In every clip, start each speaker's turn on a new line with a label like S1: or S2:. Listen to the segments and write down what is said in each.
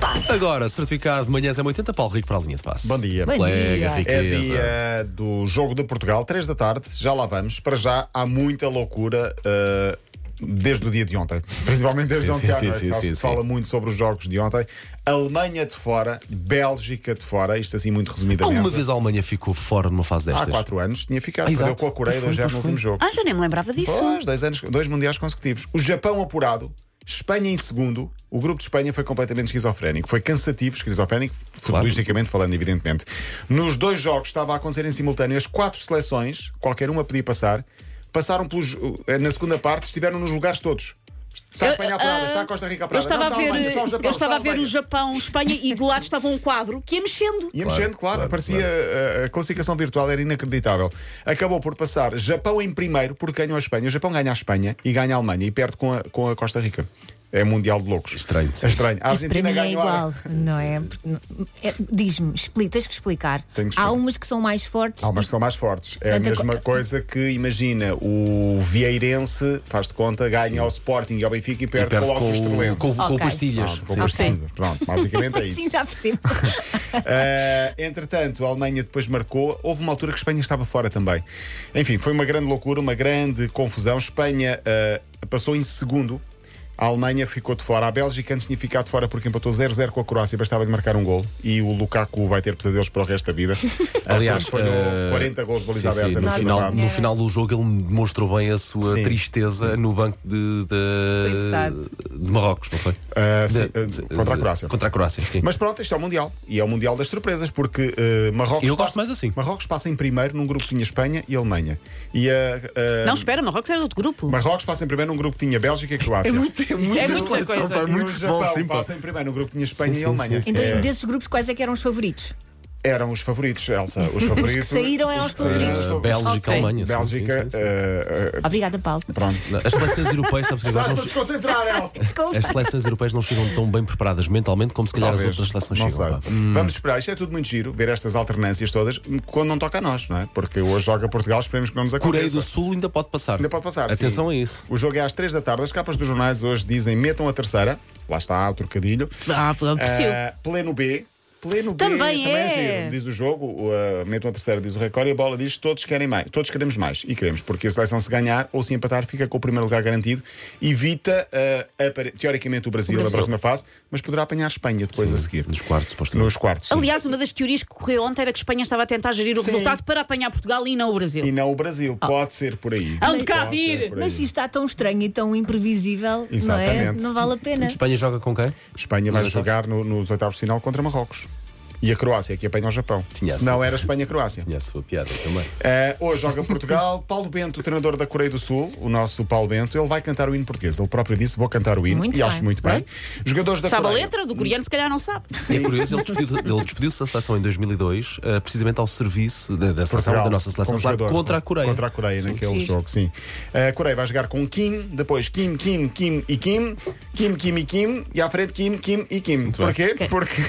S1: passe.
S2: Agora, certificado de manhãs é 80, Paulo Rico para a linha de passe.
S3: Bom dia.
S1: Bom
S2: Colega,
S1: dia.
S3: É
S2: riqueza.
S3: dia do Jogo de Portugal, 3 da tarde, já lá vamos. Para já há muita loucura. eh, Desde o dia de ontem, principalmente desde
S2: Sim,
S3: ontem
S2: sim,
S3: à
S2: sim,
S3: noite,
S2: sim,
S3: que
S2: sim,
S3: se fala muito sobre os jogos de ontem. Alemanha de fora, Bélgica de fora, isto assim muito
S2: Alguma
S3: resumidamente.
S2: vez a Alemanha ficou fora numa fase
S3: Há
S2: destas?
S3: 4 anos tinha ficado,
S2: Ah,
S3: perdeu
S2: exato.
S3: com a Coreia
S2: Pois foi,
S3: 2 no
S2: pois
S3: último
S2: foi.
S3: jogo.
S1: Ah, já nem me lembrava disso.
S3: Pois, dois, anos, dois mundiais consecutivos. O Japão apurado, Espanha em segundo. O grupo de Espanha foi completamente esquizofrénico. Foi cansativo, esquizofrénico, futbolisticamente falando, evidentemente. Nos dois jogos estava a acontecer em simultâneo as quatro seleções, qualquer uma podia passar, passaram pelos. eh, Na segunda parte, estiveram nos lugares todos. Está a
S4: Eu-
S3: Espanha apurada,
S4: ah,
S3: está a Costa Rica
S4: Eu
S3: apurada.
S4: estava,
S3: não,
S4: a ver,
S3: está a Alemanha, só o Japão,
S4: eu estava
S3: está
S4: a ver o
S3: Alemanha.
S4: Japão, Espanha e do lado estava um quadro que ia mexendo.
S3: Ia
S2: Claro,
S3: mexendo, claro,
S2: claro,
S3: parecia A, a classificação virtual era inacreditável. Acabou por passar Japão em primeiro porque ganhou a Espanha. O Japão ganha a Espanha e ganha a Alemanha e perde com a, com a Costa Rica. É mundial de loucos.
S2: Estranho, sim.
S3: É estranho. A
S5: Isso para
S3: Argentina
S5: mim é
S3: ganhou. a-
S5: igual, não é? Porque não- é- Diz-me, expli- tens que explicar.
S3: Tenho que
S5: Há
S3: explicar.
S5: umas que são mais fortes.
S3: Há umas que são mais fortes. É a
S5: Portanto, a
S3: mesma
S5: co-
S3: coisa que, imagina, o Vieirense, faz de conta, ganha ao Sporting e ao Benfica e
S2: E
S3: perde,
S2: perde
S3: com,
S2: com,
S3: o Augusto
S2: o- com, com
S5: Ok.
S2: pastilhas.
S3: Pronto, com
S2: Sim.
S3: o Augusto. Ah, Pronto, basicamente é isso.
S5: Sim, assim já percebo.
S3: Uh, entretanto, a Alemanha depois marcou. Houve uma altura que a Espanha estava fora também. Enfim, foi uma grande loucura, uma grande confusão. Espanha uh, passou em segundo. A Alemanha ficou de fora. A Bélgica antes tinha ficado de fora porque empatou 0-0 com a Croácia. Bastava de marcar um gol. E o Lukaku vai ter pesadelos para o resto da vida. Uh,
S2: Aliás,
S3: porque falhou
S2: eh,
S3: 40 gols de baliza
S2: sim, sim,
S3: aberta
S2: no,
S3: na
S2: final,
S3: final.
S2: no final do jogo ele demonstrou bem a sua
S3: Sim.
S2: tristeza no banco de, de,
S5: Coitado.
S2: de Marrocos, não foi?
S3: Ah,
S2: De-
S3: sim, ah, contra a Croácia.
S2: Contra a Croácia, sim.
S3: Mas pronto, este é o Mundial. E é o Mundial das surpresas, porque eh, Marrocos.
S2: Eu gosto
S3: passa-
S2: mais assim.
S3: Marrocos passa em primeiro num grupo que tinha Espanha e Alemanha. E eh, a, a-
S4: Não, espera, Marrocos era de outro grupo.
S3: Marrocos passa em primeiro num grupo que tinha Bélgica e Croácia.
S2: é
S4: É
S2: seleção,
S4: muita coisa.
S2: pá,
S3: E o
S2: muito futebol,
S3: Japão
S2: sim, pá.
S3: passa em primeiro num grupo que tinha Espanha
S2: Sim,
S3: e
S2: sim,
S3: Alemanha.
S2: sim, sim.
S5: Então,
S3: É,
S5: desses grupos, quais é que eram os favoritos?
S3: Eram os favoritos, Elsa. Os
S5: Os que
S3: favoritos.
S5: saíram eram os favoritos.
S2: Eh, Bélgica,
S4: Ok.
S2: Alemanha. sim,
S3: Bélgica.
S2: sim, sim, sim.
S3: eh, eh,
S5: Obrigada, Paulo.
S3: pronto.
S2: As seleções europeias, sabes o que é que
S3: Estás
S2: não
S3: para
S2: che-
S3: desconcentrar, Elsa.
S5: Desculpa.
S2: as seleções europeias não chegam tão bem preparadas mentalmente como se calhar
S3: Talvez.
S2: as outras seleções
S3: não
S2: chegam. pá. Hum.
S3: sei. Vamos esperar. Isto é tudo muito giro, ver estas alternâncias todas, quando não toca a nós, não é? Porque hoje joga Portugal, esperemos que não nos aconteça.
S2: Coreia do Sul ainda pode passar.
S3: Ainda pode passar.
S2: Atenção
S3: sim.
S2: a isso.
S3: O jogo é às 3 da tarde. As capas dos jornais hoje dizem metam a terceira. Lá está o trocadilho.
S4: Ah, possível.
S3: Ah, pleno B. Pleno B
S4: Também é.
S3: giro. Diz o jogo, o, ah, metam a terceira, diz o recorde e a bola diz todos querem mais. Todos queremos mais. E queremos, porque a seleção se ganhar ou se empatar fica com o primeiro lugar garantido. Evita, ah, apare- teoricamente, o Brasil, na próxima fase, mas poderá apanhar a Espanha depois a seguir.
S2: Nos quartos, supostamente.
S3: Nos quartos. sim.
S4: Aliás, uma das teorias que correu ontem era que Espanha estava a tentar gerir o
S3: Sim.
S4: resultado para apanhar Portugal e não o Brasil.
S3: E não o Brasil. Pode ser por aí.
S4: Aonde cá
S3: Pode
S4: Ah. vir?
S3: ser por aí.
S5: Mas isto está tão estranho e tão imprevisível, não é?
S3: Exatamente.
S5: Não vale a pena.
S2: Espanha joga com quem?
S3: Espanha vai
S2: Nos
S3: jogar no- nos oitavos de final contra Marrocos. E a Croácia, que apanha o Japão.
S2: Tinha
S3: Se não
S2: sido.
S3: era Espanha-Croácia.
S2: Tinha a sua piada também.
S3: Eh, hoje joga Portugal. Paulo Bento, o treinador da Coreia do Sul, o nosso Paulo Bento, ele vai cantar o hino português. Ele próprio disse: Vou cantar o hino.
S5: Muito
S3: e
S5: bem.
S3: acho muito bem. Jogadores da
S4: Sabe a
S3: Coreia.
S4: letra? Do coreano, se calhar, não sabe.
S2: É curioso, ele despediu- ele despediu-se da seleção em 2002, eh, precisamente ao serviço da, da seleção,
S3: Portugal,
S2: da nossa seleção,
S3: como
S2: claro,
S3: jogador.
S2: contra a Coreia.
S3: Contra a Coreia, naquele
S5: Sim.
S3: jogo, sim. A Coreia vai jogar com Kim, depois Kim, Kim, Kim e Kim, Kim, Kim e Kim, e à frente Kim, Kim e Kim. Porquê? Porque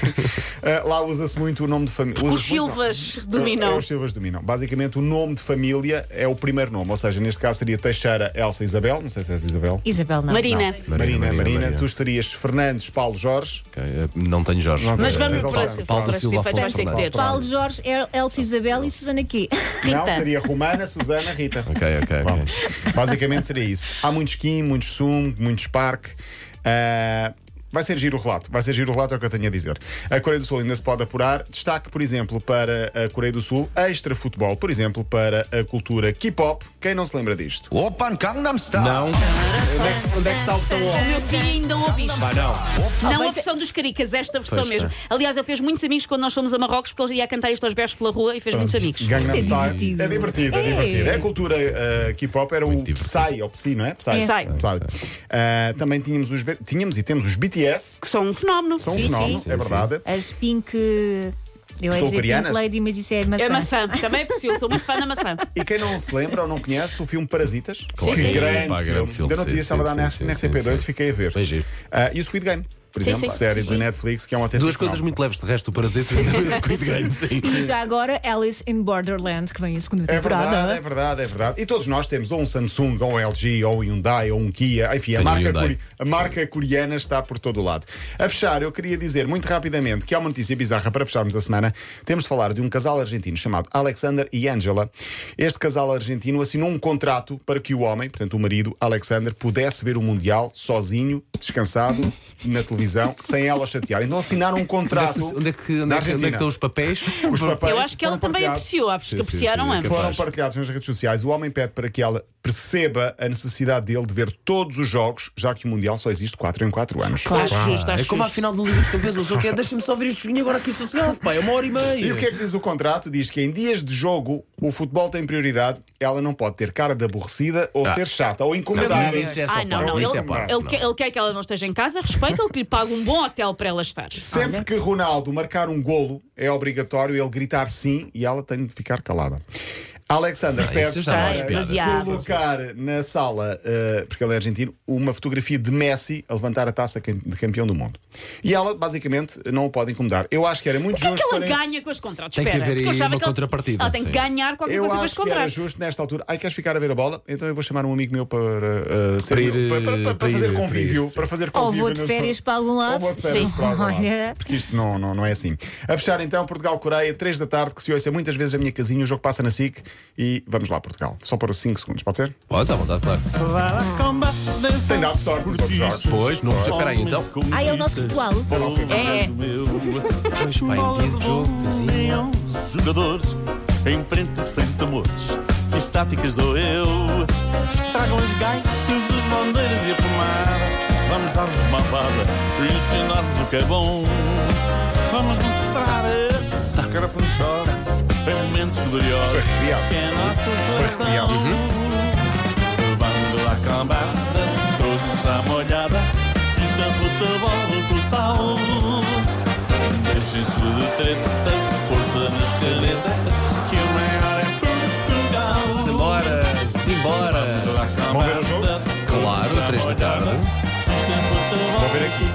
S3: eh, lá usa-se muito o nome de família.
S4: Os Silvas
S3: É,
S4: dominam.
S3: os Silvas dominam. Basicamente, o nome de família é o primeiro nome, ou seja, neste caso seria Teixeira Elsa Isabel, não sei se é essa Isabel.
S5: Isabel, não.
S4: Marina.
S3: Marina, Marina,
S2: Marina.
S3: tu estarias Fernandes, Paulo Jorge.
S2: Ok, eh, Não tenho Jorge.
S3: Não
S4: Mas
S3: É,
S4: vamos
S3: é,
S4: para o
S3: é,
S4: próximo.
S2: Paulo
S4: Para
S2: Silva,
S4: este efeito,
S2: Afonso
S4: vais ter que ter.
S5: Paulo Jorge, El- Elsa Isabel e Susana Q.
S3: Não,
S4: Rita.
S3: seria Romana, Susana, Rita.
S2: Ok, ok, ok.
S3: Pronto. Basicamente seria isso. Há muito skin, muito sumo, muito spark. Ah, vai ser giro o relato. Vai ser giro o relato, é o que eu tenho a dizer. A Coreia do Sul ainda se pode apurar. Destaque, por exemplo, para a Coreia do Sul, extra futebol, por exemplo, para a cultura K-pop. Quem não se lembra disto?
S6: 오빤 강남스타일
S2: Não. Onde é que, onde é que está o botão
S4: O meu filho ainda ouve isto.
S2: Ah, não.
S4: Não a
S5: mas-
S4: versão dos caricas, esta versão
S2: Pois,
S4: mesmo.
S2: pá.
S4: Aliás, ele fez muitos amigos quando nós fomos a Marrocos, porque ele ia cantar isto aos berros pela rua e fez muitos amigos.
S3: Gangnam
S5: é
S3: Style.
S5: divertido.
S3: É divertido, é
S5: É.
S3: divertido. É a cultura ah, K-pop, era o
S2: Muito divertido.
S3: Psy, ou Psy, não é? Psy.
S5: É.
S4: Psy.
S3: Ah, também tínhamos, os, B- tínhamos e temos os BTS.
S4: Que são um fenómeno.
S3: São um
S5: Sim,
S3: fenómeno,
S5: sim.
S3: é verdade.
S5: As Pink. Eu ia
S3: Sou
S5: dizer Pink
S3: coreanas?
S5: Lady, mas isso é
S4: É maçã, também é possível, sou muito fã da maçã.
S3: E quem não se lembra ou não conhece o filme Parasitas?
S2: Claro.
S3: Que
S2: Sim, sim, sim.
S3: grande,
S2: Pá, grande
S3: filme.
S2: filme,
S3: Ainda não
S2: sim, sim,
S3: podia estava a dar
S2: sim,
S3: na
S2: sim,
S3: na
S2: sim,
S3: RTP2
S2: sim.
S3: fiquei a ver.
S2: Bem giro.
S3: Ah, e o Squid Game. por
S4: Sim,
S3: exemplo,
S4: sim,
S3: série
S5: sim,
S3: da
S5: sim.
S3: Netflix, que é uma autêntica
S2: Duas coisas
S3: novela.
S2: muito leves de resto, o prazer e o Squid Game, sim.
S5: E já agora Alice in Borderland, que vem a segunda
S3: É
S5: temporada.
S3: verdade, é verdade, é verdade. E todos nós temos ou um Samsung, ou um LG, ou um Hyundai, ou um Kia. Enfim, a
S2: Tenho um
S3: marca,
S2: Hyundai.
S3: core- a marca coreana está por todo o lado. A fechar, eu queria dizer muito rapidamente que há uma notícia bizarra para fecharmos a semana. Temos de falar de um casal argentino chamado Alexander e Angela. Este casal argentino assinou um contrato para que o homem, portanto o marido, Alexander, pudesse ver o Mundial sozinho, descansado, na televisão, sem ela o chatear. Então assinaram um
S2: Onde é
S3: contrato.
S2: que, se- onde, é que, onde é que- onde é que
S3: na Argentina.
S2: estão os papéis?
S3: Os papéis
S4: Eu acho que
S3: foram
S4: ela também
S3: partilhados.
S4: apreciou, acho que
S2: Sim, sim,
S4: apreciaram
S2: sim, é
S4: ambos.
S2: capaz.
S3: Foram partilhados nas redes sociais. O homem pede para que ela perceba a necessidade dele de ver todos os jogos, já que o Mundial só existe 4 em 4 anos.
S4: Acho justo, acho
S2: é como à
S4: justo.
S2: final do Liga dos Campeões, não sei o que é. Deixa-me só ver este joguinho agora aqui sossegado, pá, é uma hora e meia.
S3: E o que é que diz o contrato? Diz que em dias de jogo o futebol tem prioridade, ela não pode ter cara de aborrecida ou ser chata ou incomodada.
S2: Ah. Não, isso é só
S4: Ai, Ah, não,
S2: parte,
S4: não.
S2: isso
S4: Ele,
S2: é parte,
S4: ele
S2: não.
S4: quer, ele quer que ela não esteja em casa, respeita-o, que lhe pague um bom hotel para ela estar.
S3: Sempre que Ronaldo marcar um golo, é obrigatório ele gritar sim e ela tem de ficar calada.
S2: Ah,
S3: Alexander
S2: isso
S3: pede
S2: já não
S3: para
S2: acho piada.
S4: Demasiado.
S3: colocar na sala, eh, porque ele é argentino, uma fotografia de Messi a levantar a taça cam- de campeão do mundo. E ela, basicamente, não o pode incomodar. Eu acho que era muito
S4: O que é que
S3: justo.
S4: ela
S3: para-
S4: ganha com os contratos?
S2: Tem que
S4: Espera,
S2: haver
S4: porque eu
S2: aí
S4: achava
S2: uma
S4: que ela-
S2: contrapartida,
S4: Ela tem que
S2: sim.
S4: ganhar qualquer
S3: Eu
S4: coisa com os
S3: acho que era
S4: contratos.
S3: justo nesta altura. Ai, queres ficar a ver a bola? Então eu vou chamar um amigo meu para, eh, ser
S2: Para ir,
S3: meu- para, para- para
S2: para ir,
S3: fazer
S2: para ir.
S3: convívio. Para
S4: Oh,
S3: fazer
S5: Ou
S3: convívio
S5: vou de
S3: nos-
S5: férias para algum
S3: Ou
S5: lado.
S3: vou de férias para algum lado.
S5: Olha.
S3: Porque isto não, não, não é assim. A fechar então, Portugal-Coreia, 3 da tarde, que se ouça muitas vezes a minha casinha, o jogo passa na SIC e vamos lá, Portugal. Só para 5 segundos, pode ser?
S2: Pode, à vontade, claro.
S3: Tem dado sorte nos outros jogos.
S2: Pois, não percebo. Peraí, então.
S5: Ah, é o nosso ritual.
S3: Para o nosso-
S4: É.
S2: Pois, pá, em dia de jogo, assim.
S1: Leão, jogadores em frente sem temores. Que estáticas dou eu. Tragam as gaitas, os bandeiras e a pomada. Vamos dar-lhes uma bada e ensinar-lhes o que é bom. Vamos mostrar a carafunchores em momentos
S3: Foi
S1: gloriosos.
S3: recriado.
S1: Que é a nossa
S3: recriado.
S1: seleção. Vamos lá, cambada, todos à molhada. que Isto é futebol total. Deixem-se de tretas, força nas canetas, que o maior é Portugal.
S2: Simbora, simbora.
S3: Vão ver o jogo?
S2: Claro, três da tarde.
S3: Vou ver aqui.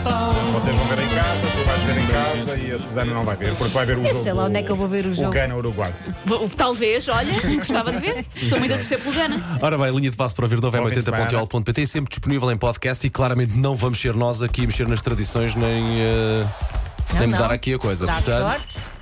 S3: Vocês vão ver em casa, tu vais ver em casa e a Susana não vai ver, porque vai ver o
S5: Eu
S3: jogo.
S5: sei lá
S3: do-
S5: onde é que eu vou ver o
S3: O
S5: jogo.
S3: Gana-Uruguai.
S4: V- Talvez, olha, gostava de ver. Estou muito a torcer pelo Gana.
S2: Ora bem, a linha de passo para ouvir novo é
S3: Bom fim de semana.
S2: 80.ol.pt, sempre disponível em podcast e claramente não vamos ser nós aqui a mexer nas tradições nem, eh, nem mudar aqui a coisa.
S5: Dá
S2: Portanto,
S5: sorte.